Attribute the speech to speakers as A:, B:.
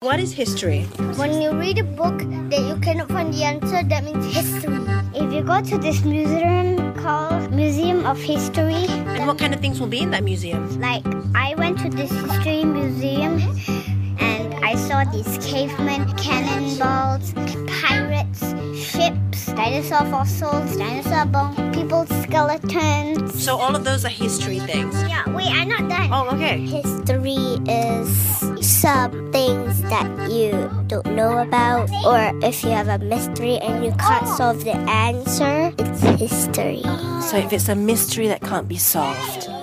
A: What is history?
B: When you read a book that you cannot find the answer, that means history. If you go to this museum called Museum of History,
A: And what kind of things will be in that museum?
B: like I went to this history museum and I saw these cavemen, cannonballs, pirates, ships, dinosaur fossils, dinosaur bones, people's skeletons.
A: So all of those are history things.
B: Yeah, wait, I'm not done.
A: Oh, okay.
B: History is some things that you don't know about, or if you have a mystery and you can't solve the answer, it's history.
A: So if it's a mystery that can't be solved,